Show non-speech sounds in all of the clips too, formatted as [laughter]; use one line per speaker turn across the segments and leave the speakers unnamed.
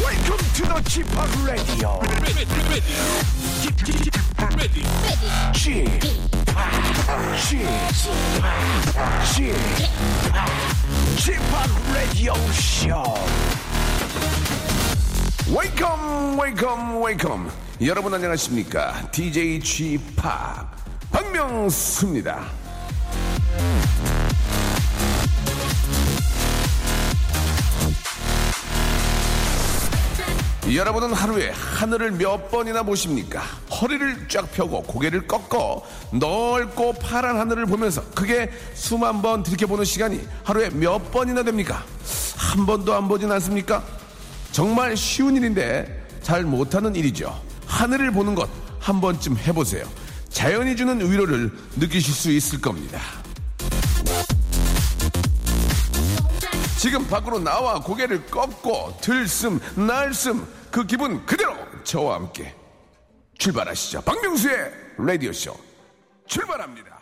Welcome to the g p o p Radio.
ready, ready, ready, ready.
g p o p g p o p Radio Show. Welcome, welcome, welcome. 여러분 안녕하십니까? DJ g p o p 박명수입니다. 여러분은 하루에 하늘을 몇 번이나 보십니까? 허리를 쫙 펴고 고개를 꺾어 넓고 파란 하늘을 보면서 그게 수만 번 들이켜보는 시간이 하루에 몇 번이나 됩니까? 한 번도 안 보진 않습니까? 정말 쉬운 일인데 잘 못하는 일이죠. 하늘을 보는 것 한 번쯤 해보세요. 자연이 주는 위로를 느끼실 수 있을 겁니다. 지금 밖으로 나와 고개를 꺾고 들숨 날숨 그 기분 그대로 저와 함께 출발하시죠. 박명수의 라디오쇼 출발합니다.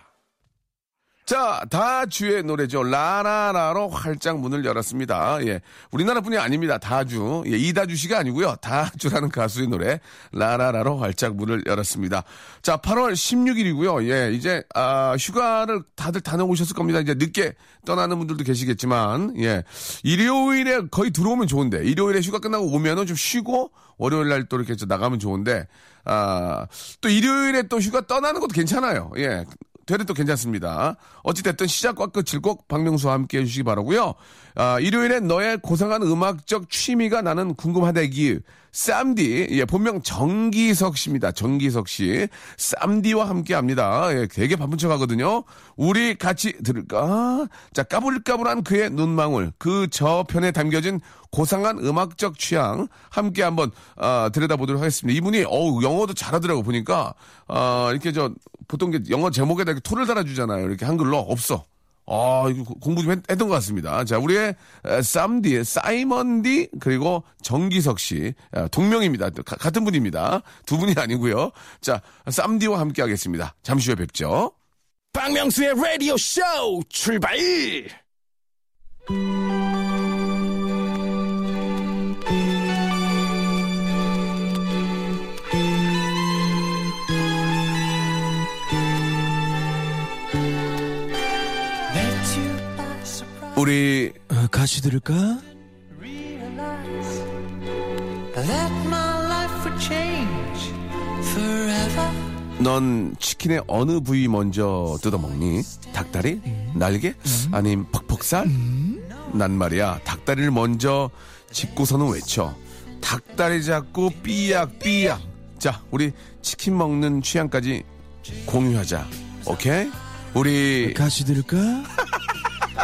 자, 다주의 노래죠. 라라라로 활짝 문을 열었습니다. 예. 우리나라뿐이 아닙니다. 다주. 예, 이다주 씨가 아니고요. 다주라는 가수의 노래. 라라라로 활짝 문을 열었습니다. 자, 8월 16일이고요. 예, 이제, 아, 휴가를 다들 다녀오셨을 겁니다. 이제 늦게 떠나는 분들도 계시겠지만, 예. 일요일에 거의 들어오면 좋은데, 일요일에 휴가 끝나고 오면은 좀 쉬고, 월요일 날 또 이렇게 저 나가면 좋은데, 아, 또 일요일에 또 휴가 떠나는 것도 괜찮아요. 예. 되레 또 괜찮습니다. 어찌됐든 시작과 끝을 꼭 박명수와 함께 해주시기 바라고요 아, 일요일에 너의 고상한 음악적 취미가 나는 궁금하다기 쌈디, 예, 본명 정기석 씨입니다. 정기석 씨. 쌈디와 함께 합니다. 예, 되게 바쁜 척 하거든요. 우리 같이 들을까? 자, 까불까불한 그의 눈망울, 그 저편에 담겨진 고상한 음악적 취향 함께 한번 아, 들여다보도록 하겠습니다. 이분이 어우 영어도 잘하더라고 보니까 아, 이렇게 저 보통 이게 영어 제목에다 이렇게 토를 달아주잖아요. 이렇게 한글로 없어. 아, 이거 고- 공부 좀 했, 던것 같습니다. 자, 우리의 에, 쌈디, 사이먼디, 그리고 정기석 씨, 아, 동명입니다. 가- 같은 분입니다. 두 분이 아니고요. 자, 쌈디와 함께 하겠습니다. 잠시 후에 뵙죠.
박명수의 라디오 쇼 출발!
우리
같이 들을까?
realize that my life would change forever.
넌 치킨의 어느 부위 먼저 뜯어먹니? 닭다리? 날개? 아님 퍽퍽살? 난 말이야 닭다리를 먼저 짚고서는 외쳐 닭다리 잡고 삐약삐약 자 우리 치킨 먹는 취향까지 공유하자 오케이? 우리
같이 들을까?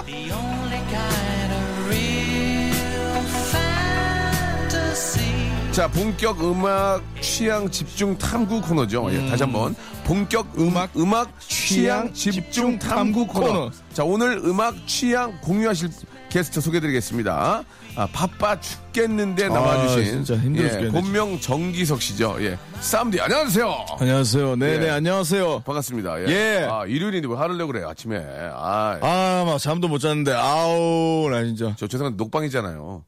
The only kind of real fantasy.
자 본격 음악 취향 집중 탐구 코너죠.
음.
예, 다시 한번 본격 음악 음악 취향 집중 탐구 코너. 자 오늘 음악 취향 공유하실 게스트 소개드리겠습니다. 아, 바빠 죽겠는데 나와주신
아, 진짜 힘들어
예,
죽겠네,
본명 정기석 씨죠. 예, 쌈디 안녕하세요.
안녕하세요. 네네,
예.
안녕하세요.
반갑습니다. 예.
예.
아 일요일인데 왜 화를 내고 그래요 아침에. 아,
아, 막 잠도 못 잤는데, 아우, 나 진짜.
저 죄송한데 녹방이잖아요.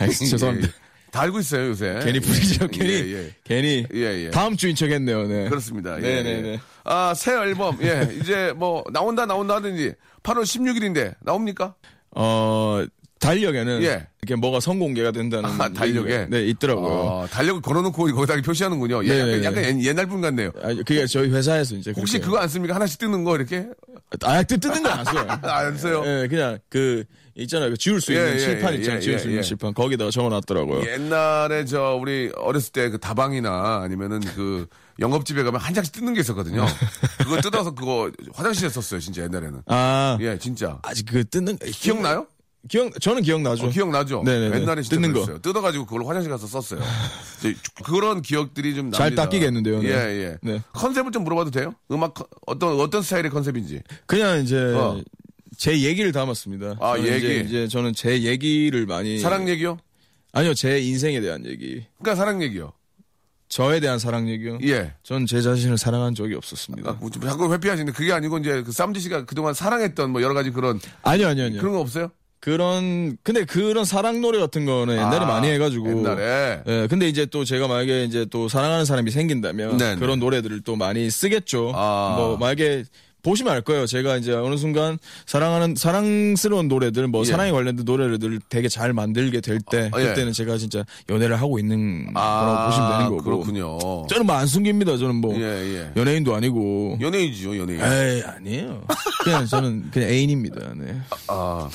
아이, [laughs] 죄송합니다.
예, 예. 다 알고 있어요 요새.
괜히 부리죠,
예,
괜히.
예.
괜히.
예, 예.
다음 주인 척 했네요, 네.
그렇습니다. 예,
네네네.
예. 아, 새 앨범. 예, 이제 뭐, 나온다, 나온다 하든지, 8월 16일인데, 나옵니까?
어, 달력에는.
예.
이렇게 뭐가 선공개가 된다는.
아, 달력에.
얘기가- 네, 있더라고요.
아, 달력을 걸어놓고 거기다 표시하는군요. 예, 약간,
네네네.
약간 옛- 옛날 분 같네요.
아, 그게 저희 회사에서 이제.
혹시
그렇게-
그거 안 씁니까? 하나씩 뜨는 거, 이렇게?
아, 뜯- 뜯는 건
[laughs]
아세요?
안 써요.
예, 그냥 그 있잖아요. 그 지울 수
예,
있는
예,
칠판
예,
있잖아요.
예,
지울 수 있는
예.
칠판 거기다가 적어놨더라고요.
옛날에 저, 우리 어렸을 때 그 다방이나 아니면은 그, 영업집에 가면 한 장씩 뜯는 게 있었거든요.
[laughs]
그거 뜯어서 그거 화장실에 썼어요, 진짜 옛날에는.
아
예, 진짜.
아직 그 뜯는 거-
기억나요?
기억 저는 기억나죠.
어, 기억나죠?
예. 네네네.
옛날에 진짜
뜯는 거.
그랬어요. 뜯어가지고 그걸 화장실 가서 썼어요. 이제 그런 기억들이 좀
잘
납니다.
닦이겠는데요, 네.
예, 예.
네.
컨셉을 좀 물어봐도 돼요? 음악 컨- 어떤 어떤 스타일의 컨셉인지.
그냥 이제
어.
제 얘기를 담았습니다.
아,
저는 이제,
얘기.
이제 저는 제 얘기를 많이
사랑 얘기요?
아니요 제 인생에 대한 얘기,
그러니까 사랑 얘기요.
저에 대한 사랑 얘기요.
예.
전 제 자신을 사랑한 적이 없었습니다.
아, 좀 자꾸 회피하시는데 그게 아니고 이제 그 쌈디 씨가 그동안 사랑했던 뭐 여러 가지 그런
아, 니요 아니요 아니요.
그런 거 없어요?
그런 근데 그런 사랑 노래 같은 거는
아,
옛날에 많이 해가지고
옛날에?
예, 근데 이제 또 제가 만약에 이제 또 사랑하는 사람이 생긴다면
네네.
그런 노래들을 또 많이 쓰겠죠.
아.
뭐 만약에 보시면 알 거예요. 제가 이제 어느 순간 사랑하는 사랑스러운 노래들 뭐
예.
사랑에 관련된 노래를 되게 잘 만들게 될 때
아, 예.
그때는 제가 진짜 연애를 하고 있는
아,
거라고 보시면 되는 거고.
그렇군요.
저는 뭐 안 숨깁니다. 저는 뭐
예, 예.
연예인도 아니고
연예인이죠, 연예인.
에이 아니에요. 그냥 저는 그냥 애인입니다. 네.
아,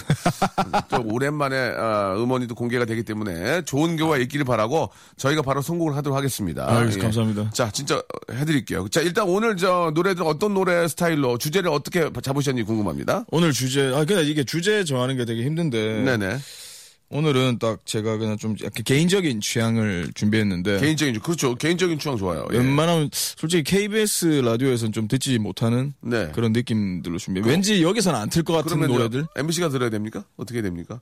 또 오랜만에 아, 음원이 또 공개가 되기 때문에 좋은 결과 있기를 바라고 저희가 바로 성공을 하도록 하겠습니다. 예.
아유, 감사합니다.
자, 진짜 해드릴게요. 자, 일단 오늘 저 노래들 어떤 노래 스타일로 주제를 어떻게 잡으셨는지 궁금합니다.
오늘 주제 아 근데 이게 주제 정하는 게 되게 힘든데
네네.
오늘은 딱 제가 그냥 좀 약간 개인적인 취향을 준비했는데
개인적인, 주- 그렇죠. 개인적인 취향 좋아요. 예.
네. 웬만하면 솔직히 KBS 라디오에서는 좀 듣지 못하는
네.
그런 느낌들로 준비. 왠지 여기서는 안 틀 것 같은
그러면
노래들
MC가 들어야 됩니까? 어떻게 됩니까?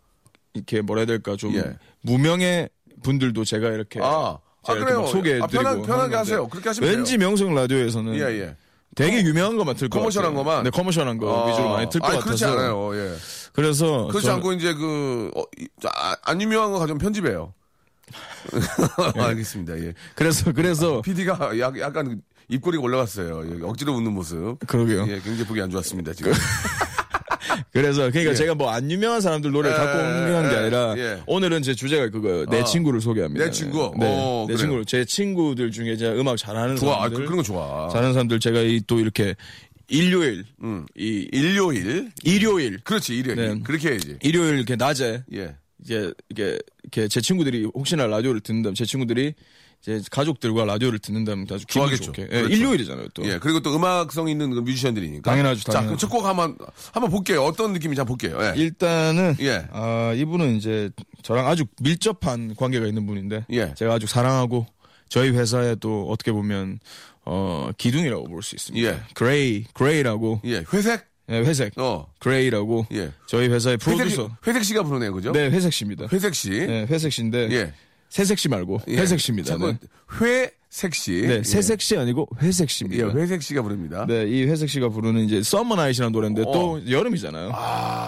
이렇게 뭐라 해야 될까 좀
예.
무명의 분들도 제가 이렇게
아, 아,
예. 제가 이렇게
그래요.
막 소개해드리고
아, 편한,
하는
편하게
건데
하세요. 그렇게 하시면
왠지 명성 라디오에서는
돼요. 예, 예.
되게 유명한 것만 틀 것
커머셜한
같아요.
것만?
네, 커머셜한 거 위주로
아,
많이 틀 것
아니,
같아서.
그렇지 않아요. 예.
그래서
그렇지
저는-
않고 이제 그, 어, 이- 아, 안 유명한 거 가지고
[laughs]
편집해요. 알겠습니다. 예.
그래서 그래서
PD가 약, 약간 입꼬리가 올라갔어요. 예, 억지로 웃는 모습.
그러게요. 그
예, 굉장히 보기 안 좋았습니다, 지금.
그래서 그러니까 제가 뭐 안 유명한 사람들 노래를
예,
갖고 옮기는 게
예,
아니라
예.
오늘은 제 주제가 그거예요. 내
아.
친구를 소개합니다.
내 친구?
네.
어,
내
그래요.
친구를 제 친구들 중에 제가 음악 잘하는
좋아. 아, 그,
사람들
런거 음. 좋아.
잘하는 사람들 제가 이, 또 이렇게 일요일 이
일요일.
일요일
그렇지, 일요일.
네. 어.
그렇게 해야지.
일요일 이렇게 낮에
예.
이제 이게 이렇게 제 친구들이 혹시나 라디오를 듣는다면 제 친구들이 제 가족들과 라디오를 듣는다면 아주 기분
좋아하겠죠.
좋게 예,
그렇죠.
일요일이잖아요 또
예, 그리고 또 음악성 있는 그 뮤지션들이니까.
당연하죠,
자, 그럼
당연하죠.
첫곡 한번, 한번 볼게요. 어떤 느낌인지 한번 볼게요. 예.
네. 일단은
예.
아, 이분은 이제 저랑 아주 밀접한 관계가 있는 분인데
예.
제가 아주 사랑하고 저희 회사에 또 어떻게 보면 어, 기둥이라고 볼 수 있습니다.
예.
그레이 그레이라고
예, 회색?
예, 회색
어.
그레이라고
예.
저희 회사의
회색,
프로듀서
회색 씨가 부르네요, 그죠?
네 회색씨입니다.
회색 씨.
예, 회색씨인데
예.
새색씨 말고
예.
회색씨입니다.
자꾸
네,
회색 씨.
네
예.
새색씨 아니고
예,
회색씨입니다.
회색 씨가 부릅니다.
네, 이 회색 씨가 부르는 이제 썸머 나잇이라는 노래인데
어.
또 여름이잖아요.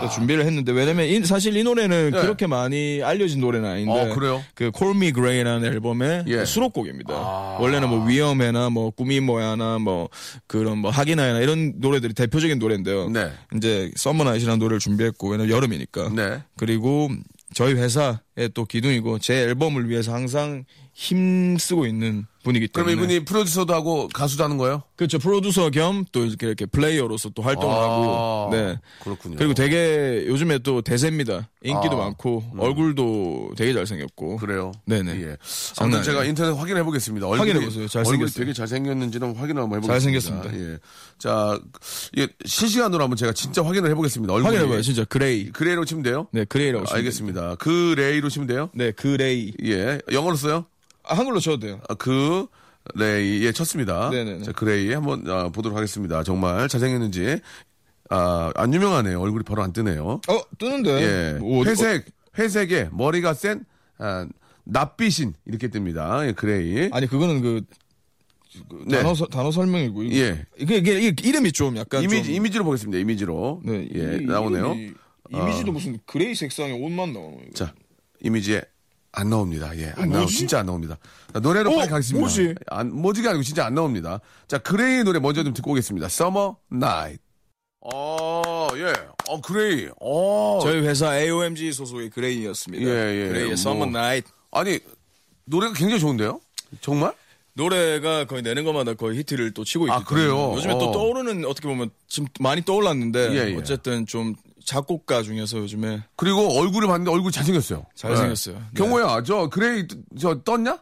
또 준비를 했는데 왜냐면 이- 사실 이 노래는
네.
그렇게 많이 알려진 노래는 아닌데
어, 그래요?
그 Call Me Grey라는 앨범의
예. 아.
수록곡입니다. 원래는 뭐 위험해나 뭐 꿈이 뭐야나 뭐 그런 뭐 하기나야나 이런 노래들이 대표적인 노래인데요.
네.
이제 썸머 나잇이라는 노래를 준비했고 왜냐면 여름이니까.
네.
그리고 저희 회사의 또 기둥이고 제 앨범을 위해서 항상 힘쓰고 있는 분이기
그럼
때문에
이분이 프로듀서도 하고 가수도 하는 거예요?
그렇죠 프로듀서 겸 또 이렇게, 이렇게 플레이어로서 또 활동을
아,
하고 네
그렇군요.
그리고 되게 요즘에 또 대세입니다 인기도
아,
많고 얼굴도 되게 잘생겼고
그래요.
네네.
예. 아무튼
장난 아니에요.
제가 인터넷 확인해 보겠습니다.
확인해보세요. 잘생겼어요.
얼굴이 되게 잘생겼는지는 확인 한번 해보겠습니다.
잘생겼습니다.
예. 자, 이게 실시간으로 한번 제가 진짜 확인을 해보겠습니다. 얼굴이.
확인해봐요 진짜 그레이
그레이로 치면 돼요?
네 그레이라고
아,
치면
알겠습니다. 그레이로 치면 돼요?
됩니다. 네 그레이
예. 영어로 써요?
아, 한글로 쳐도 돼요
아, 그 레이 예 쳤습니다.
네네네.
자, 그레이 한번 아, 보도록 하겠습니다. 정말 잘생겼는지 아, 안 유명하네요. 얼굴이 바로 안 뜨네요.
어 뜨는데
예.
뭐 어디-
회색 회색에 머리가 센 아, 낯빛인 이렇게 뜹니다. 예, 그레이.
어, 아니 그거는 그
네.
단어 서- 단어 설명이고 이게-
예.
이게, 이게, 이게 이름이 좀 약간
이미지
좀-
이미지로 보겠습니다. 이미지로
네,
예
이-
나오네요. 아.
이름이- 이미지도 무슨 그레이 색상의 옷만 나오는 거예요
자 이미지에 안 나옵니다. 예, 안 나오,
어, 뭐지?
진짜 안 나옵니다. 자, 노래로
어,
빨리 가겠습니다.
뭐지?
안, 뭐지가 아니고 진짜 안 나옵니다. 자, 그레이 노래 먼저 좀 듣고 오겠습니다. Summer Night. 어, 예. 어, 그레이. 어.
저희 회사 AOMG 소속의 그레이였습니다.
예, 예.
그레이의
뭐.
Summer Night.
아니, 노래가 굉장히 좋은데요? 정말?
노래가 거의 내는 것마다 거의 히트를 또 치고 있기
아, 그래요?
때문에 요즘에
어.
또 떠오르는 어떻게 보면 지금 많이 떠올랐는데
예, 아, 예.
어쨌든 좀 작곡가 중에서 요즘에
그리고 얼굴을 봤는데 얼굴 잘생겼어요.
잘생겼어요.
네.
네.
경호야, 저 그레이, 뜨- 저 떴냐?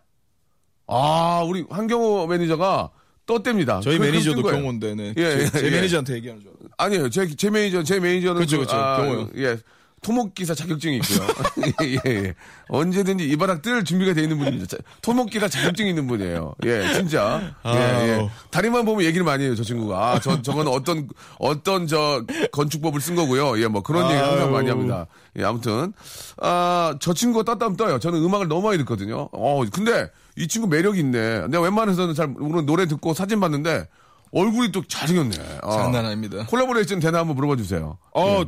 아, 우리 한경호 매니저가 떴답니다.
저희
그- 그럼
매니저도
뜬 거예요.
경호인데 네.
예,
제,
예,
제
예.
매니저한테 얘기하는 줄 알았어요.
아니에요. 제, 제 매니저, 제 매니저는.
그쵸, 그쵸.
아,
경호요.
예. 토목기사 자격증이 있고요. [laughs] 예, 예, 예. 언제든지 이 바닥 뜰 준비가 돼 있는 분입니다. 자, 토목기사 자격증이 있는 분이에요. 예, 진짜. 예, 예.
아우.
다리만 보면 얘기를 많이 해요, 저 친구가. 아, 저, 저건 어떤, 어떤 저 건축법을 쓴 거고요. 예, 뭐 그런 얘기 항상
아유.
많이 합니다. 예, 아무튼. 아, 저 친구가 떴다면 떠요. 저는 음악을 너무 많이 듣거든요. 어, 근데 이 친구 매력이 있네. 내가 웬만해서는 잘, 모르는 노래 듣고 사진 봤는데 얼굴이 또 잘생겼네. 아.
장난 아닙니다.
콜라보레이션 되나 한번 물어봐 주세요.
어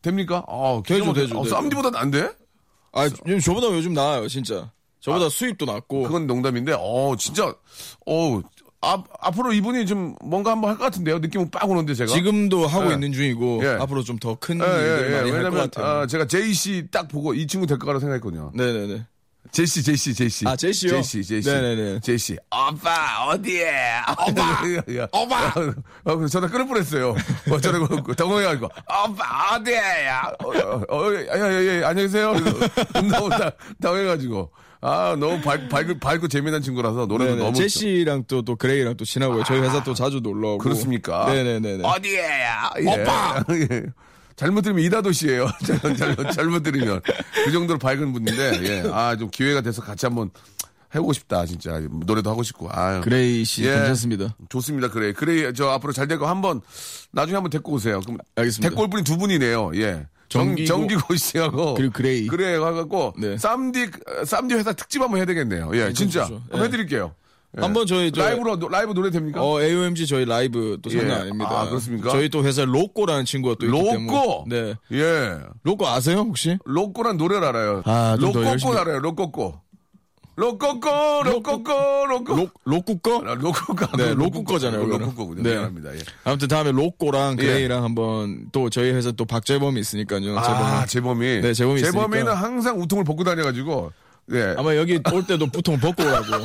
됩니까? 아,
되죠,
기가 막혀.
되죠,
어,
되죠.
쌈디보다 안 돼?
아, 요즘 저보다 요즘 나아요, 진짜. 저보다 수입도 낮고.
그건 농담인데, 어, 진짜, 어, 앞, 앞으로 이분이 좀 뭔가 한번 할 것 같은데요? 느낌은 빡 오는데, 제가.
지금도 하고
예.
있는 중이고
예.
앞으로 좀 더 큰
예,
일들
예, 예.
많이 할
왜냐면,
것 같아요.
아, 제가 제이씨 딱 보고 이 친구 될 거라고 생각했거든요.
네네네.
제이씨, 제이씨, 제이씨.
아, 제이씨요?
제이씨, 제이씨.
네네네.
제이씨. 아빠, 어디에? [laughs] 아빠!
엄마!
어, 그래서 전화 끊을 뻔했어요. 어쩌라고, 당황해가지고. 아빠, 어디에야? 어, 어, 어, 예, 예, 예, 안녕하세요. 너무 다- 당황해가지고. 아, 너무 밝, 밝고, 밝고 그 재미난 친구라서 노래도
네네.
너무.
제시랑 또, 또 그레이랑 또 지나고요. 저희 회사 또 자주 놀러 오고.
그렇습니까? 아,
네네네네.
어디에야? 오빠! 예. [laughs] 잘못 들으면 이다도시예요. [laughs] 잘못, 잘못, 잘못 들으면. 그 정도로 밝은 분인데, 예. 아, 좀 기회가 돼서 같이 한번 해보고 싶다, 진짜. 노래도 하고 싶고. 아유.
그레이 씨
예.
괜찮습니다.
좋습니다, 그래. 그래, 저 앞으로 잘 될 거 한번 나중에 한번 데리고 오세요. 그럼
알겠습니다.
데리고 올 분이 두 분이네요. 예. 정,
정기고-
정기고 씨하고
그리고 그레이.
그레이 하고
네.
쌈디 쌈디 회사 특집 한번 해야 되겠네요. 예, 진짜
좋죠.
한번
예.
해드릴게요. 예.
한번 저희 저-
라이브로 노- 라이브 노래 됩니까?
어, AOMG 저희 라이브 또 장난
예.
아닙니다.
아, 그렇습니까?
저희 또 회사 로꼬라는 친구가 또 있기 때문에.
로꼬.
네.
예.
로꼬 아세요, 혹시?
로꼬란 노래를 알아요.
아, 좀더
로꼬꼬
열심히-
알아요. 로꼬꼬. 로꼬꼬 로꼬꼬 로꼬.
로, 로꼬 거?
로꼬꼬.
네, 로꼬거잖아요, 그거는.
로꼬꼬군요.
네.
미안합니다. 예.
아무튼 다음에 로꼬랑 그레이랑 한번 또 저희 회사 또 박재범이 있으니까요.
아,
재범이.
재범이.
네, 재범이
재범이는
있으니까.
항상 우통을 벗고 다녀가지고. 예.
아마 여기 올 때도 보통 벗고
[laughs]
오라고.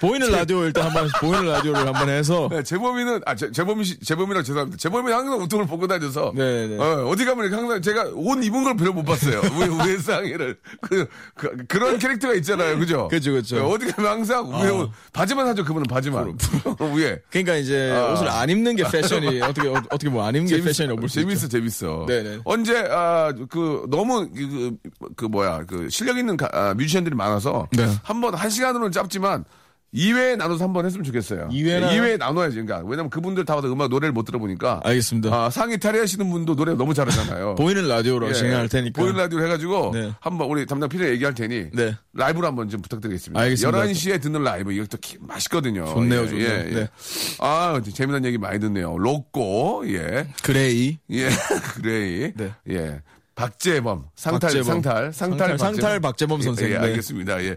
보이는 라디오 일단 한번 보이는 라디오를 한번 해서
네, 재범이는 아 재, 재범이 씨- 재범이랑 죄송합니다. 재범이는 항상 우통을 벗고 다녀서
네, 네.
어, 디 가면 이렇게 항상 제가 옷 입은 걸 별로 못 봤어요.
[laughs]
왜 외상이를 그, 그, 런 캐릭터가 있잖아요, 그죠?
그죠, 그죠.
네, 어디 가면 항상 위에 옷- 바지만 사죠. 그분은 바지만 [laughs] 위에
그러니까 이제
아.
옷을 안 입는 게
[laughs]
패션이 어떻게 어, 떻게 보면 안 입는 게 패션이라고 볼수
재밌어,
있죠.
재밌어.
네네.
언제 아 그 너무 그, 그, 그 뭐야 그 실력 있는 가- 아, 뮤지션들이 많아서
네.
한 번 한 시간으로는 짧지만 2회에 나눠서 한 번 했으면 좋겠어요.
이회나요?
네, 이회에 나눠야지. 그러니까 왜냐면 그분들 다 와서 음악 노래를 못 들어보니까
알겠습니다.
아, 상위 탈의하시는 분도 노래 너무 잘하잖아요.
[laughs] 보이는 라디오로
예,
진행할 테니까.
보이는 라디오를 해가지고
네.
한번 우리 담당 피디 얘기할 테니
네.
라이브로 한번 좀 부탁드리겠습니다.
알겠습니다.
11시에 듣는 라이브 이것도 기- 맛있거든요.
좋네요,
예,
좋네요.
예, 예.
네.
아 재미난 얘기 많이 듣네요. 로꼬 예.
그레이.
예, [laughs] 그레이.
네.
예. 박재범, 상탈,
박재범.
상탈, 상탈,
상탈, 상탈 박재범 선생님.
예, 예,
네.
알겠습니다. 예.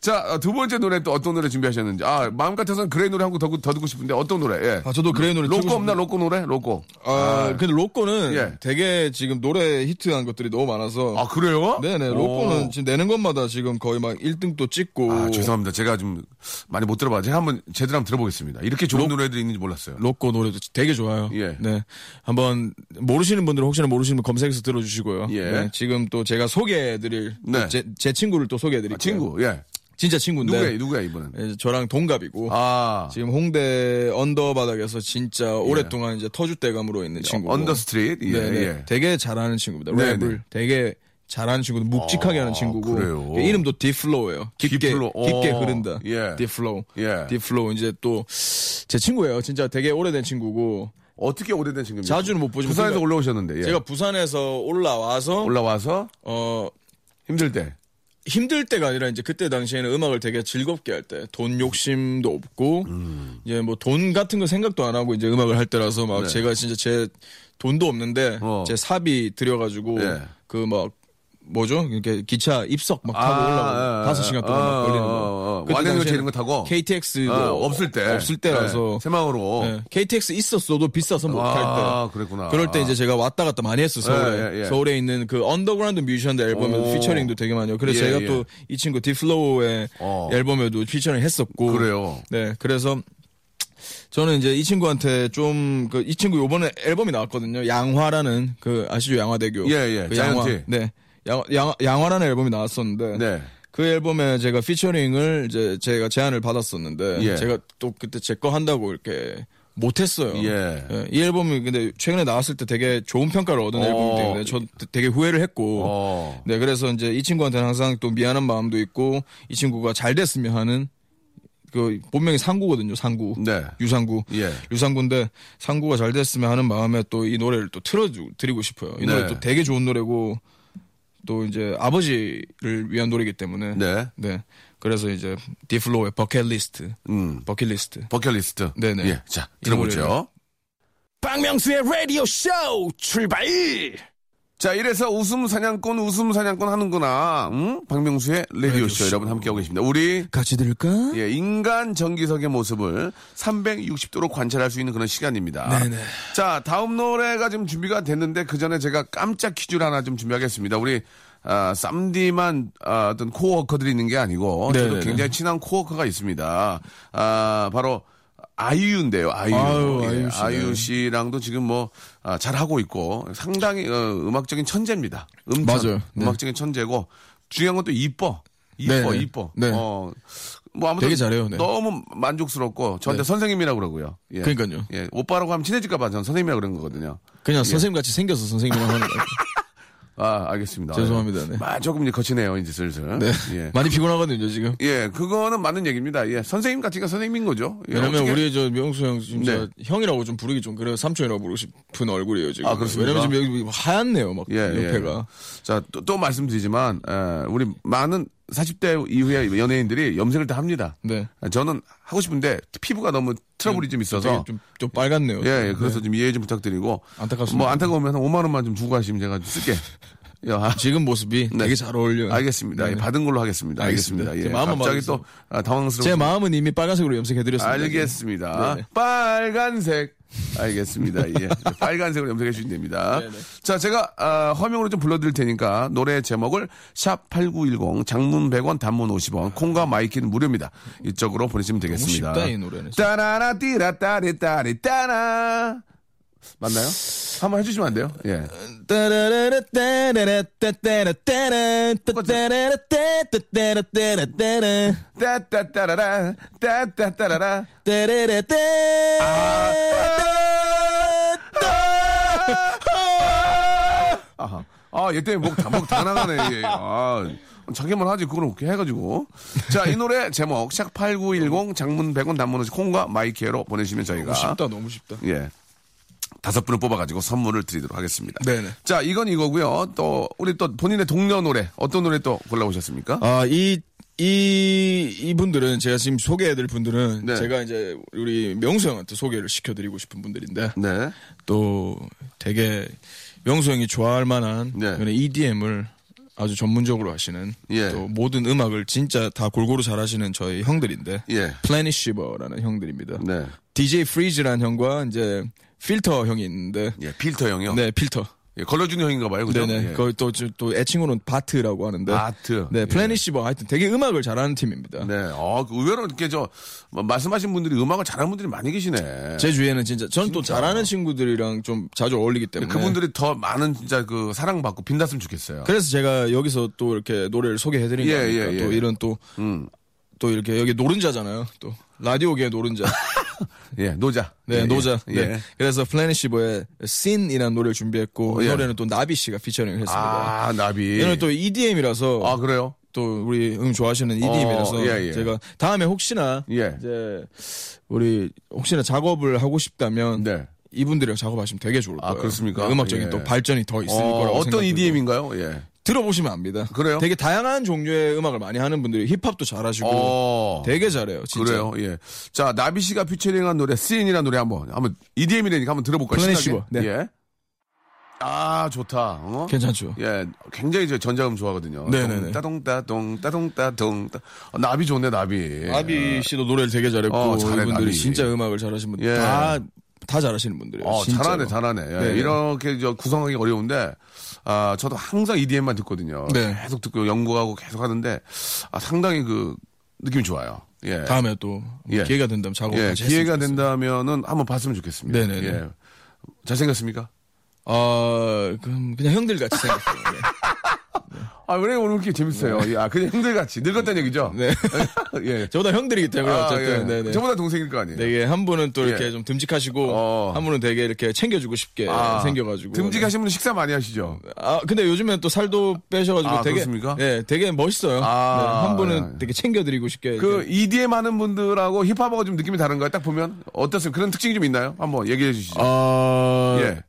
자, 어, 두 번째 노래 또 어떤 노래 준비하셨는지. 아, 마음 같아서는 그레이 노래 한곡더 더 듣고 싶은데 어떤 노래? 예.
아, 저도 그레이 노래
로꼬
듣고
없나? 로꼬 노래? 로꼬.
아, 근데 로꼬는
예.
되게 지금 노래 히트한 것들이 너무 많아서.
아, 그래요?
네네.
오.
로꼬는 지금 내는 것마다 지금 거의 막 1등도 찍고.
아, 죄송합니다. 제가 좀 많이 못 들어봐서 제가 한번 제대로 한번 들어보겠습니다. 이렇게 좋은 노래들이 있는지 몰랐어요.
로꼬 노래도 되게 좋아요.
예.
네. 한번 모르시는 분들은 혹시나 모르시는 분 검색해서 들어주시고요.
예.
네, 지금 또 제가 소개해드릴 또
네.
제, 제 친구를 또 소개해드릴게요.
친구, 예.
진짜 친구인데.
누구야, 누구야, 이분은?
예, 저랑 동갑이고.
아, 예.
지금 홍대 언더바닥에서 진짜 오랫동안 이제 터줏대감으로 있는 친구.
언더스트릿? 예,
네네.
예.
되게 잘하는 친구입니다.
네네.
랩을 되게 잘하는 친구고 묵직하게
아,
하는 친구고
그래요?
예, 이름도 디플로우예요. 깊게
디플로, 어.
깊게 흐른다.
예.
디플로우.
예.
디플로우 이제 또 제 친구예요. 진짜 되게 오래된 친구고
어떻게 오래된 친구입니까?
자주는 못 보지만
부산에서
제가-
올라오셨는데, 예.
제가 부산에서 올라와서
올라와서
어
힘들 때.
힘들 때가 아니라 이제 그때 당시에는 음악을 되게 즐겁게 할 때 돈 욕심도 없고
음.
이제 뭐 돈 같은 거 생각도 안 하고 이제 음악을 할 때라서 막 제가 진짜 제 돈도 없는데
네. 어.
제 사비 들여가지고
예.
그 막 뭐죠? 이렇게 기차 입석 막 타고
아, 아, 아,
올라오고 다섯 시간 동안
아,
막 걸리는
아, 아, 아.
거. 그때
완행열
당시에는
재는 거 타고?
KTX도
아, 없을 때.
어, 없을 때라서
네, 새마을로.
예, KTX 있었어도 비싸서 못 탈 때.
아, 그랬구나.
그럴 때 이제 제가 왔다 갔다 많이 했어 서울에.
예, 예, 예.
서울에 있는 그 언더그라운드 뮤지션들 앨범에도
오.
피처링도 되게 많이 하고. 그래서
예,
제가
예.
또 이 친구 디플로우의
어.
앨범에도 피처링 했었고.
그래요.
네. 그래서 저는 이제 이 친구한테 좀 그 이 친구 요번에 앨범이 나왔거든요. 양화라는 그 아시죠? 양화대교.
예, 예.
그 양화.
자이언티.
네. 양, 양, 양화라는 앨범이 나왔었는데
네.
그 앨범에 제가 피처링을 이제 제가 제안을 받았었는데
예.
제가 또 그때 제 거 한다고 이렇게 못했어요.
예.
이 앨범이 근데 최근에 나왔을 때 되게 좋은 평가를 얻은
어.
앨범이 때문에 저 되게 후회를 했고
어.
네 그래서 이제 이 친구한테는 항상 또 미안한 마음도 있고 이 친구가 잘 됐으면 하는 그 본명이 상구거든요 상구
네.
유상구
예.
유상구인데 상구가 잘 됐으면 하는 마음에 또 이 노래를 또 틀어드리고 싶어요 이
네.
노래 또 되게 좋은 노래고 또 이제 아버지를 위한 노래이기 때문에
네.
네. 그래서 이제 디플로의 버킷리스트
음.
버킷리스트
버킷리스트.
네네.
예. 자,
이 노래를.
들어보죠.
박명수의 라디오 쇼 출발!
자, 이래서 웃음 사냥꾼, 웃음 사냥꾼 하는구나. 응? 박명수의 라디오쇼
라디오쇼.
여러분 함께하고 계십니다. 우리,
같이 들을까?
예, 인간 전기석의 모습을 360도로 관찰할 수 있는 그런 시간입니다.
네네.
자, 다음 노래가 지금 준비가 됐는데 그 전에 제가 깜짝 퀴즈를 하나 좀 준비하겠습니다. 우리, 아, 쌈디만 아, 어떤 코워커들이 있는 게 아니고 저도
네네네.
굉장히 친한 코워커가 있습니다. 아, 바로 아이유인데요. 아이유.
아유,
예,
아이유 씨.
아이유 씨랑도 지금 뭐, 아, 잘 하고 있고, 상당히, 어, 음악적인 천재입니다. 음천.
맞아요. 네.
음악적인 천재고, 중요한 건 또 이뻐. 이뻐,
네.
이뻐.
네.
어, 뭐 아무튼.
되게 잘해요, 네.
너무 만족스럽고, 저한테 선생님이라고 그러고요. 예.
그러니까요.
예. 오빠라고 하면 친해질까봐 저는 선생님이라고 그런 거거든요.
그냥 선생님 같이 생겨서 선생님이랑 하는 거예요.
아, 알겠습니다.
죄송합니다. 네.
아, 조금 이제 거치네요, 이제 슬슬.
네.
[laughs] 예.
많이 피곤하거든요, 지금.
예, 그거는 맞는 얘기입니다. 예, 선생님 같으니까 선생님인 거죠. 예,
왜냐면
어떻게- 네.
우리 저 명수 형 지금 진짜 형이라고 좀 부르기 좀 그래요. 삼촌이라고 부르고 싶은 얼굴이에요, 지금.
아, 그렇습니까?
왜냐면 지금 여기 하얗네요, 막 옆에가.
예, 자, 또, 또 말씀드리지만, 에, 우리 많은 40대 이후에 연예인들이 염색을 다 합니다.
네.
아, 저는 하고 싶은데 피부가 너무 트러블이 좀 있어서.
되게 좀, 좀 빨갛네요.
예, 예, 그래서 좀 이해 좀 부탁드리고.
안타깝습니다.
뭐 안타까우면 한 5만원만 좀 주고 가시면 제가 쓸게. 예, 아,
지금 모습이
네.
되게 잘 어울려요.
알겠습니다. 예,
네.
받은 걸로 하겠습니다. 알겠습니다.
알겠습니다.
예,
제 마음은
갑자기
맞았어요.
또 아, 당황스러워.
제 마음은 이미 빨간색으로 염색해드렸습니다.
알겠습니다.
네네.
빨간색. 알겠습니다. 예. 빨간색으로 염색해 주시면 됩니다.
네네.
자, 제가 아, 화면으로 좀 불러드릴 테니까 노래 제목을 샵8910 장문 100원 단문 50원 콩과 마이키는 무료입니다. 이쪽으로 보내시면 되겠습니다.
쉽다, 이 노래는.
따라라 띠라 따리 따리 따라 맞나요? 한번 해주시면 안 돼요? 예.
따라라따라따라따라따라따라따라따라따라따라따라따라따라따라
따따따라라 따따따라라 아, 아하. 아, 얘 때문에 목, 다- 목 당황하네. 얘. 아, 자기만 하지. 그걸 어떻게 해가지고. 자, 이 노래 제목, 샵8910 장문 100원 단문 50 콩과 마이케로 보내시면 저희가.
쉽다 너무 쉽다
예. 다섯 분을 뽑아가지고 선물을 드리도록 하겠습니다.
네네.
자, 이건 이거고요. 또, 우리 또 본인의 동료 노래, 어떤 노래 또 골라오셨습니까?
아, 이, 이, 이분들은, 제가 지금 소개해드릴 분들은,
네.
제가 이제 우리 명수 형한테 소개를 시켜드리고 싶은 분들인데,
네.
또 되게 명수 형이 좋아할 만한
네.
그런 EDM을 아주 전문적으로 하시는,
예.
또 모든 음악을 진짜 다 골고루 잘 하시는 저희 형들인데,
예.
플래닛시버라는 형들입니다.
네.
DJ 프리즈라는 형과 이제 필터 형이 있는데,
예, 필터 형이요.
네, 필터.
예, 걸러주는 형인가 봐요. 그죠?
네네.
예.
거기 또, 저- 또 애칭으로는 바트라고 하는데.
바트. 예.
네, 플래닛시버. 하여튼 되게 음악을 잘하는 팀입니다.
네. 어, 그 의외로 이렇게 저, 뭐 말씀하신 분들이 음악을 잘하는 분들이 많이 계시네.
제 주위에는 진짜 저는 또 잘하는 친구들이랑 좀 자주 어울리기 때문에
그분들이 더 많은 진짜 그 사랑받고 빛났으면 좋겠어요.
네. 그래서 제가 여기서 또 이렇게 노래를 소개해드린
예,
거니까
예, 예.
또 이런 또 또 이렇게 여기 노른자잖아요 또
[laughs]
라디오계 노른자
예, 노자.
네
예,
노자
예.
네.
예.
그래서 플래닛시버의 씬이라는 노래를 준비했고
예.
이 노래는 또 나비 씨가 피처링을 했습니다
아, 나비.
이는 또 EDM이라서
아, 그래요?
또 우리 응 좋아하시는 EDM이라서
어, 예, 예.
제가 다음에 혹시나
예.
이제 우리 혹시나 작업을 하고 싶다면
네.
이분들이랑 작업하시면 되게 좋을 거예요.
아,
네,
그렇습니까?
음악적인
예.
또 발전이 더 있을
어,
거라고
어떤
생각들고.
EDM인가요? 예.
들어보시면 압니다.
그래요?
되게 다양한 종류의 음악을 많이 하는 분들이 힙합도 잘하시고
어.
되게 잘해요. 진짜.
그래요. 예. 자, 나비 씨가 피처링한 노래 씬이라는 노래 한번 한번 EDM이라니까 한번 들어볼까요?
플래닛
신나게?
시버, 네.
예. 아, 좋다. 어?
괜찮죠?
예, 굉장히 저 전자음 좋아하거든요.
네네네.
따동따동 따동따동. 따- 어, 나비 좋네, 나비.
아비 씨도 노래를 되게 잘했고
예. 어, 잘해,
이분들이
나비.
진짜 음악을 잘하시는
예.
분들 다 다 잘하시는 분들이에요.
어,
진짜로.
잘하네, 잘하네. 예,
네.
이렇게 저 구성하기 어려운데, 아, 저도 항상 EDM만 듣거든요.
네.
계속 듣고 연구하고 계속 하는데, 아, 상당히 그, 느낌이 좋아요. 예.
다음에 또뭐
예.
기회가 된다면 작업
예,
같이
기회가
했으면 좋겠어요.
된다면은 한번 봤으면 좋겠습니다.
네네네.
예. 잘생겼습니까?
아 그럼 그냥 형들 같이 생각해요. 네.
아, 왜 오늘 이렇게 재밌어요? 예, 아, 그냥 형들같이. 늙었다는 얘기죠? [laughs]
네.
예.
저보다 형들이기 때문에
아,
어쨌든
예.
네네.
저보다 동생일 거 아니에요?
되게 한 분은 또 이렇게
예.
좀 듬직하시고
어.
한 분은 되게 이렇게 챙겨주고 싶게
아,
예, 생겨가지고
듬직하신 분은 식사 많이 하시죠?
아 근데 요즘에 또 살도 빼셔가지고
아,
되게
그렇습니까?
예 되게 멋있어요.
아,
네, 한 분은
예.
되게 챙겨드리고 싶게
그
이렇게.
EDM 하는 분들하고 힙합하고 좀 느낌이 다른가요? 딱 보면 어떻습니까? 그런 특징이 좀 있나요? 한번 얘기해 주시죠.
아,
예.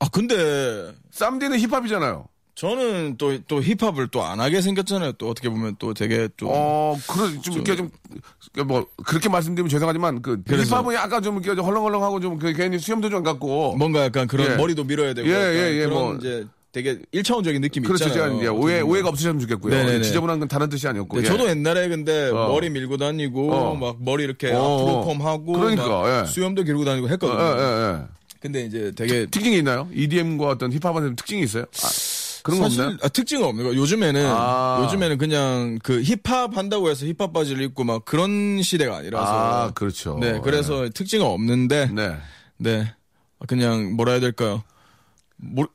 아 근데
쌈디는 힙합이잖아요.
저는 또 또 힙합을 또 안 하게 생겼잖아요. 또 어떻게 보면 또 되게 좀
어, 그런 좀 이렇게 좀, 그뭐 그렇게 말씀드리면 죄송하지만 그
그래서-
힙합은 약간 좀 이렇게 좀 헐렁헐렁하고 좀 그 괜히 수염도 좀 갖고
뭔가 약간 그런
예.
머리도 밀어야 되고
예,
약간
예, 예,
그런
뭐.
이제 되게 일차원적인 느낌이
그렇죠. 제가
있잖아요.
이제 오해 오해가 없으셨으면 좋겠고요.
네네네.
지저분한 건 다른 뜻이 아니었고.
네,
예.
저도 옛날에 근데
어.
머리 밀고 다니고
어.
막 머리 이렇게
어,
앞으로
어.
펌하고
그러니까,
막
예.
수염도 길고 다니고
예,
했거든요.
예, 예.
근데 이제 되게
특징이 있나요? EDM과 어떤 힙합한테 특징이 있어요? 아, 그런 거 없나요?
사실 아, 특징은 없는 거예요. 요즘에는
아.
요즘에는 그냥 그 힙합 한다고 해서 힙합 바지를 입고 막 그런 시대가 아니라서
아, 그렇죠.
네 그래서 특징은 없는데
예. 네.
네. 그냥 뭐라 해야 될까요? 뭘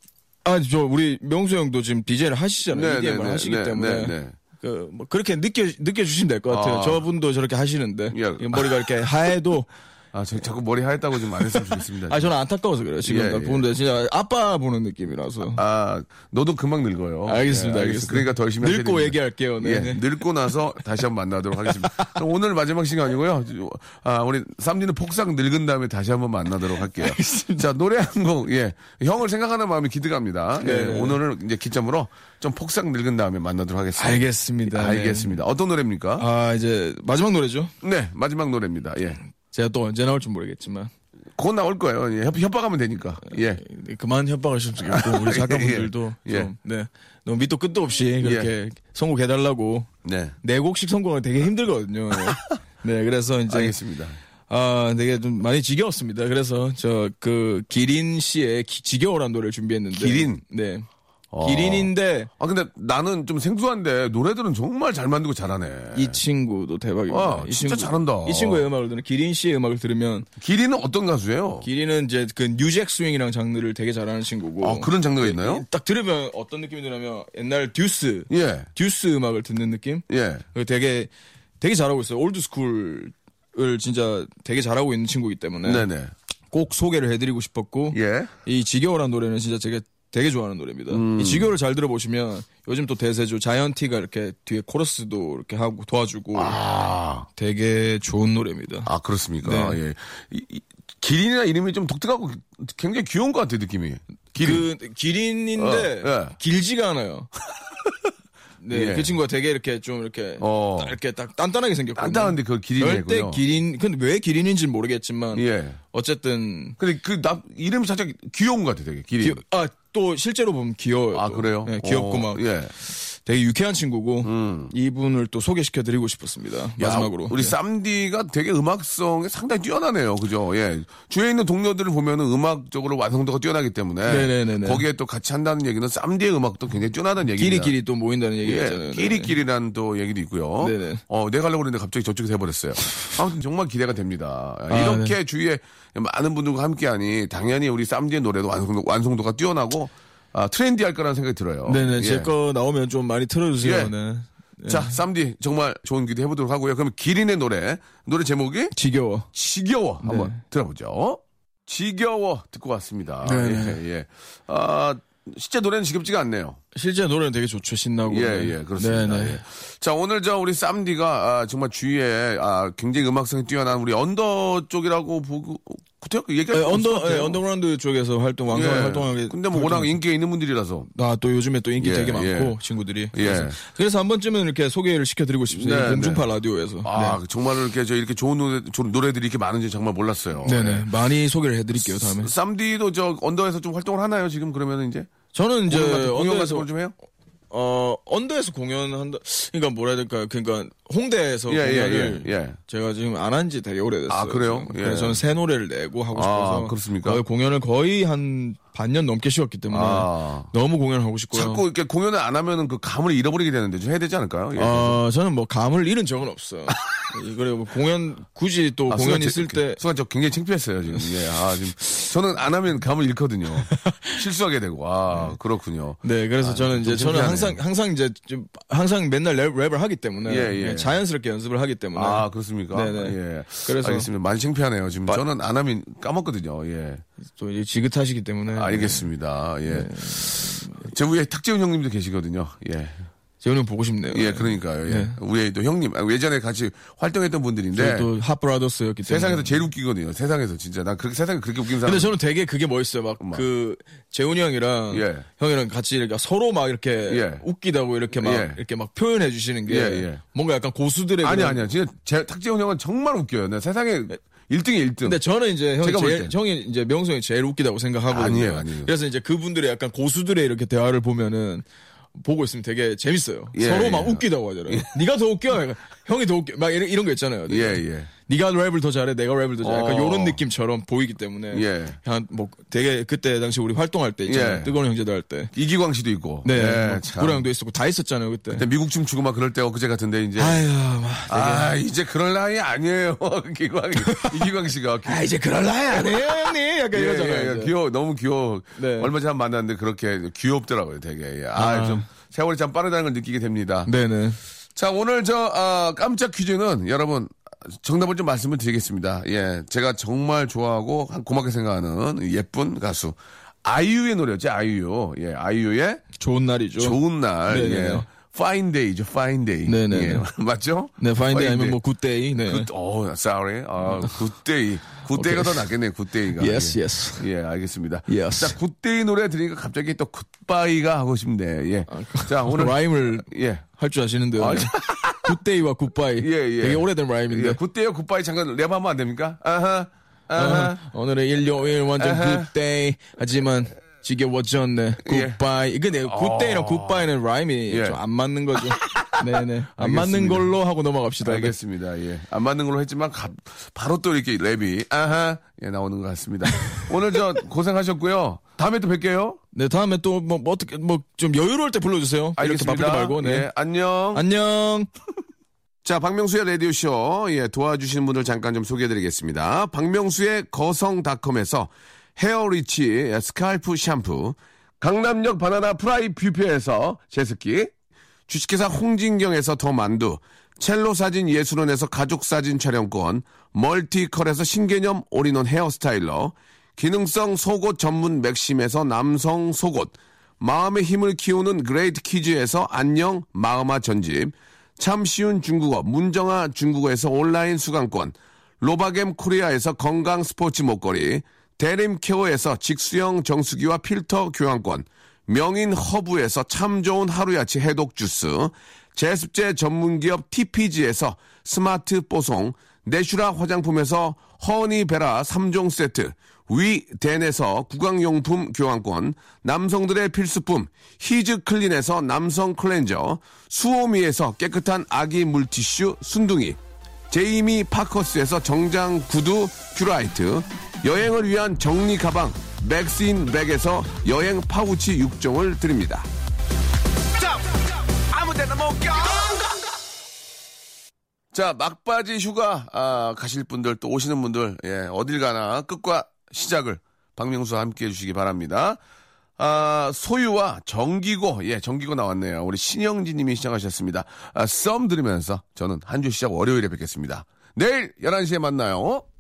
아, 저 우리 명수 형도 지금 DJ를 하시잖아요.
네,
EDM을
네, 네,
하시기
네, 네,
때문에.
네.
그, 뭐, 그렇게 느껴, 느껴주시면 될 것 같아요.
아.
저분도 저렇게 하시는데.
예.
이게 머리가 이렇게 하해도.
아, 저, 자꾸 머리 하였다고 좀 안 했으면 좋겠습니다.
아, 저는 안타까워서 그래요. 지금
네. 예,
딱
예.
보는데 진짜 아빠 보는 느낌이라서.
아, 너도 금방 늙어요.
알겠습니다,
예,
알겠습니다.
그러니까 더 열심히
늙고
하셔야 됩니다.
얘기할게요. 네,
예,
네.
늙고 나서 다시 한번 만나도록 하겠습니다. 그럼 오늘 마지막 시간이고요. 아, 우리 쌈디는 폭삭 늙은 다음에 다시 한번 만나도록 할게요. 자, 노래 한 곡, 예. 형을 생각하는 마음이 기대갑니다. 예,
네.
오늘은 이제 기점으로 좀 폭삭 늙은 다음에 만나도록 하겠습니다.
알겠습니다. 네.
알겠습니다. 어떤 노래입니까?
아, 이제 마지막 노래죠.
네, 마지막 노래입니다. 예.
제가 또 언제 나올지 모르겠지만.
곧 나올 거예요. 예, 협, 협박하면 되니까. 예.
네, 그만 협박하셨으면 좋겠고,
[laughs]
우리 작가분들도
예.
좀, 네. 너무 밑도 끝도 없이 그렇게 선곡해달라고
네.
네 곡씩 성공은 되게 힘들거든요. 네, 그래서 이제
알겠습니다.
아 되게 좀 많이 지겨웠습니다. 그래서 저 그 기린 씨의 기- 지겨워란 노래를 준비했는데
기린?
네
어.
기린인데
아, 근데 나는 좀 생소한데 노래들은 정말 잘 만들고 잘하네.
이 친구도 대박입니다.
예. 아,
이
진짜 잘한다.
이 친구의 음악을 들으면 기린 씨의 음악을 들으면
길이는 어떤 가수예요?
기린은 이제 그 뉴잭 스윙이랑 장르를 되게 잘하는 친구고
아, 그런 장르가 있나요?
딱 들으면 어떤 느낌이 드냐면 옛날 듀스
예.
듀스 음악을 듣는 느낌.
예.
그 되게 되게 잘하고 있어요. 올드 스쿨을 진짜 되게 잘하고 있는 친구이기 때문에
네네.
꼭 소개를 해드리고 싶었고
예.
이 지겨워란 노래는 진짜 제가 되게 좋아하는 노래입니다.
음.
이 지겨워를 잘 들어보시면 요즘 또 대세죠. 자이언티가 이렇게 뒤에 코러스도 이렇게 하고 도와주고
아,
되게 좋은 노래입니다.
아, 그렇습니까?
네.
예. 이, 이, 기린이나 이름이 좀 독특하고 굉장히 귀여운 것 같아요, 느낌이. 기린.
그 기린인데
어, 예. [laughs]
길지가 않아요. 네,
예.
그 친구가 되게 이렇게 좀 이렇게
어.
딱 이렇게 딱 단단하게 생겼고
단단한데 그걸
절대
기린이군요.
기린 근데 왜 기린인지는 모르겠지만
예.
어쨌든
근데 그, 나, 이름이 살짝 귀여운 것 같아요, 되게. 기린.
아또 실제로 보면 귀여워요.
아,
또.
그래요?
네, 귀엽고
어,
막
예. 음.
되게 유쾌한 친구고 이분을 또 소개시켜 드리고 싶었습니다.
야,
마지막으로
우리
예.
쌈디가 되게 음악성이 상당히 뛰어나네요. 그죠? 예. 주위에 있는 동료들을 보면은 음악적으로 완성도가 뛰어나기 때문에
네네네네.
거기에 또 같이 한다는 얘기는 쌈디의 음악도 굉장히 뛰어나다는 얘기입니다.
끼리끼리 또 모인다는
예,
얘기잖아요. 네.
끼리끼리라는 또 얘기도 있고요.
네네.
어, 내가 하려고 그랬는데 갑자기 저쪽에서 해버렸어요. 아무튼 정말 기대가 됩니다.
아,
이렇게 주위에 많은 분들과 함께하니 당연히 우리 쌈디의 노래도 완성도, 가 뛰어나고 아, 트렌디할 거라는 생각이 들어요.
네네
예.
제 거 나오면 좀 많이 틀어주세요.
예.
네.
자, 쌈디 정말 좋은 기대 해보도록 하고요. 그럼 기린의 노래, 노래 제목이
지겨워.
지겨워 한번
네.
들어보죠. 지겨워 듣고 왔습니다.
네네.
예, 예. 아 실제 노래는 지겹지가 않네요.
실제 노래는 되게 좋죠. 신나고.
예,
네.
예, 그렇습니다.
네네.
예. 자, 오늘 저 우리 쌈디가 아, 정말 주위에 아, 굉장히 음악성이 뛰어난 우리 언더 쪽이라고 보고 그때 얘기할
예,
수 없을 것
언더
같아요.
예, 언더그라운드 쪽에서 활동 왕성하게
예.
활동하게.
근데 뭐 워낙 인기가 있는 분들이라서
아, 나또 요즘에 또 인기
예,
되게 많고
예.
친구들이.
예.
그래서, 그래서 한 번쯤은 이렇게 소개를 시켜드리고 싶습니다.
네,
공중파 라디오에서.
아 정말 이렇게 저 이렇게 좋은 노래 좋은 노래들이 이렇게 많은지 정말 몰랐어요.
네. 네네 많이 소개를 해드릴게요 다음에.
쌈디도 저 언더에서 좀 활동을 하나요 지금 그러면 이제
저는 이제
공연 같은- 공연 같은
언더에서
걸좀 해요?
어 언더에서 공연한다. 그러니까 뭐라 해야 될까요? 그러니까 홍대에서
예, 예,
공연을
예, 예.
제가 지금 안 한 지 되게 오래됐어요.
아, 그래요? 예.
그래서 저는 새 노래를 내고 하고
아,
싶어서
그렇습니까?
거의 공연을 거의 한 반년 넘게 쉬었기 때문에
아.
너무 공연을 하고 싶고요.
자꾸 이렇게 공연을 안 하면은 그 감을 잃어버리게 되는데 좀 해야 되지 않을까요? 예.
어, 저는 뭐 감을 잃은 적은
[laughs]
없어요. 그리고 뭐 공연 굳이 또
아,
뭐 공연
순간
있을
제-
때
순간 저 굉장히 창피했어요 지금. 예, 아 지금 저는 안 하면 감을 잃거든요.
[laughs]
실수하게 되고 아 그렇군요.
네, 그래서 저는 이제
아, 좀
저는 항상
신기하네요.
항상 이제 좀 항상 맨날 랩, 랩을 하기 때문에
예, 예.
그냥 자연스럽게 연습을 하기 때문에
아 그렇습니까?
네. 네네.
예.
그래서-
알겠습니다. 많이 창피하네요. 지금 저는 안 하면 까먹거든요. 예.
또 이제 지긋하시기
아,
때문에 네,
알겠습니다. 예. 제 위에 탁재훈 형님도 계시거든요. 예.
재훈이 형 보고 싶네요.
예, 그러니까요. 예. 우리 또 형님, 아, 예전에 같이 활동했던 분들인데
네, 또 핫브라더스였기 때문에.
네. 세상에서 제일 웃기거든요. 세상에서 진짜 난 그렇게 세상에 그렇게 웃긴 사람.
네. 근데 저는 되게 그게 멋있어요. 막 그 재훈이 형이랑
예.
형이랑 같이 이렇게 서로 막 이렇게
예.
웃기다고 이렇게 막
예.
이렇게 막 표현해 주시는 게
예, 예.
뭔가 약간 고수들의
아니
그런-
아니야. 진짜 제, 탁재훈 형은 정말 웃겨요. 나 세상에
네.
1등이 1등.
근데 저는 이제 형이
제가 볼
제일,
때.
형이 이제 명수 형이 제일 웃기다고 생각하거든요.
아니에요, 아니에요.
그래서 이제 그분들의 약간 고수들의 이렇게 대화를 보면은 보고 있으면 되게 재밌어요.
예,
서로 막
예.
웃기다고 하잖아요. 네가 더 웃겨, 약간 형이 더 웃겨, 막 이런, 이런 거 있잖아요.
예, 예.
네가 랩을 더 잘해, 내가 랩을 더 잘해. 약간
어.
이런 느낌처럼 보이기 때문에
예.
그냥 뭐 되게 그때 당시 우리 활동할 때 있잖아요.
예.
뜨거운 형제들 할 때.
이기광 씨도 있고.
네,
예,
뭐
참.
구라 형도 있었고 다 있었잖아요 그때.
그때 미국 춤추고 막 그럴 때 엊그제 같은데 이제
아유, 막 되게-
아 이제 그럴 나이 아니에요 [laughs] 기광 이기광 씨가
[laughs] 아, 이제 그럴 나이 아니에요 형님. 약간
예,
이러잖아요.
예, 예,
이제.
귀여워 너무 귀여워
네.
얼마 전에 만났는데 그렇게 귀엽더라고요 되게 예. 아좀 세월이 참 빠르다는 걸 느끼게 됩니다
네네.
자 오늘 저 아, 깜짝 퀴즈는 여러분 정답을 좀 말씀을 드리겠습니다 예 제가 정말 좋아하고 고맙게 생각하는 예쁜 가수 아이유의 노래였죠 아이유 예 아이유의
좋은 날이죠.
좋은 날
네네네.
예. 파인 데이죠 파인 데이
네네네.
예. 맞죠
네, 파인데이
Fine Day.
아니면 뭐 굿데이. 네.
굿, 어, sorry. 아, 굿데이. 굿데이가 더 낫겠네요, 굿데이가.
Yes,
예.
yes.
예, 알겠습니다.
Yes.
자, 굿데이 노래 들으니까 갑자기 또 굿바이가 하고 싶네. 예.
아, 그
자, 오늘.
라임을
예.
할 줄 아시는데요.
아,
네. [laughs] 굿데이와 굿바이.
예, 예.
되게 오래된 라임인데.
예, 굿데이요, 굿바이 잠깐 랩하면 안 됩니까? 아하. 아하.
아, 오늘의 일요일 완전
아하.
굿데이. 하지만 지겨워졌네.
예.
굿바이. 근데 굿데이랑 굿바이는 라임이
예.
좀 안
[laughs]
맞는 거죠. 네네. 안 맞는
알겠습니다.
걸로 하고 넘어갑시다. 네.
알겠습니다. 예. 안 맞는 걸로 했지만 가- 바로 또 이렇게 랩이 아하 예 나오는 것 같습니다. 오늘 저
[laughs]
고생하셨고요. 다음에 또 뵐게요.
네, 다음에 또 뭐 어떻게 뭐 좀 여유로울 때 불러주세요. 이렇게
알겠습니다.
바쁠 때 말고. 네.
예, 안녕.
안녕.
자, 박명수의 라디오쇼. 예, 도와주시는 분들 잠깐 좀 소개해드리겠습니다. 박명수의 거성닷컴에서 헤어리치 예, 스칼프 샴푸, 강남역 바나나 프라이 뷔페에서 제습기, 주식회사 홍진경에서 더 만두, 첼로 사진 예술원에서 가족 사진 촬영권, 멀티컬에서 신개념 올인원 헤어스타일러, 기능성 속옷 전문 맥심에서 남성 속옷, 마음의 힘을 키우는 그레이트 키즈에서 안녕 마음아 전집, 참 쉬운 중국어 문정아 중국어에서 온라인 수강권, 로바겜 코리아에서 건강 스포츠 목걸이, 대림 케어에서 직수형 정수기와 필터 교환권, 명인 허브에서 참 좋은 하루야치 해독 주스, 제습제 전문기업 TPG에서 스마트 뽀송, 내슈라 화장품에서 허니베라 3종 세트, 위덴에서 구강용품 교환권, 남성들의 필수품 히즈클린에서 남성 클렌저, 수오미에서 깨끗한 아기 물티슈 순둥이, 제이미 파커스에서 정장 구두 큐라이트 여행을 위한 정리 가방 맥스인 백에서 여행 파우치 6종을 드립니다. 자 막바지 휴가 아, 가실 분들 또 오시는 분들 예, 어딜 가나 끝과 시작을 박명수와 함께 해주시기 바랍니다. 아, 소유와 정기고 예 정기고 나왔네요. 우리 신영진님이 시작하셨습니다. 아, 썸 들으면서 저는 한 주 시작 월요일에 뵙겠습니다. 내일 11시에 만나요.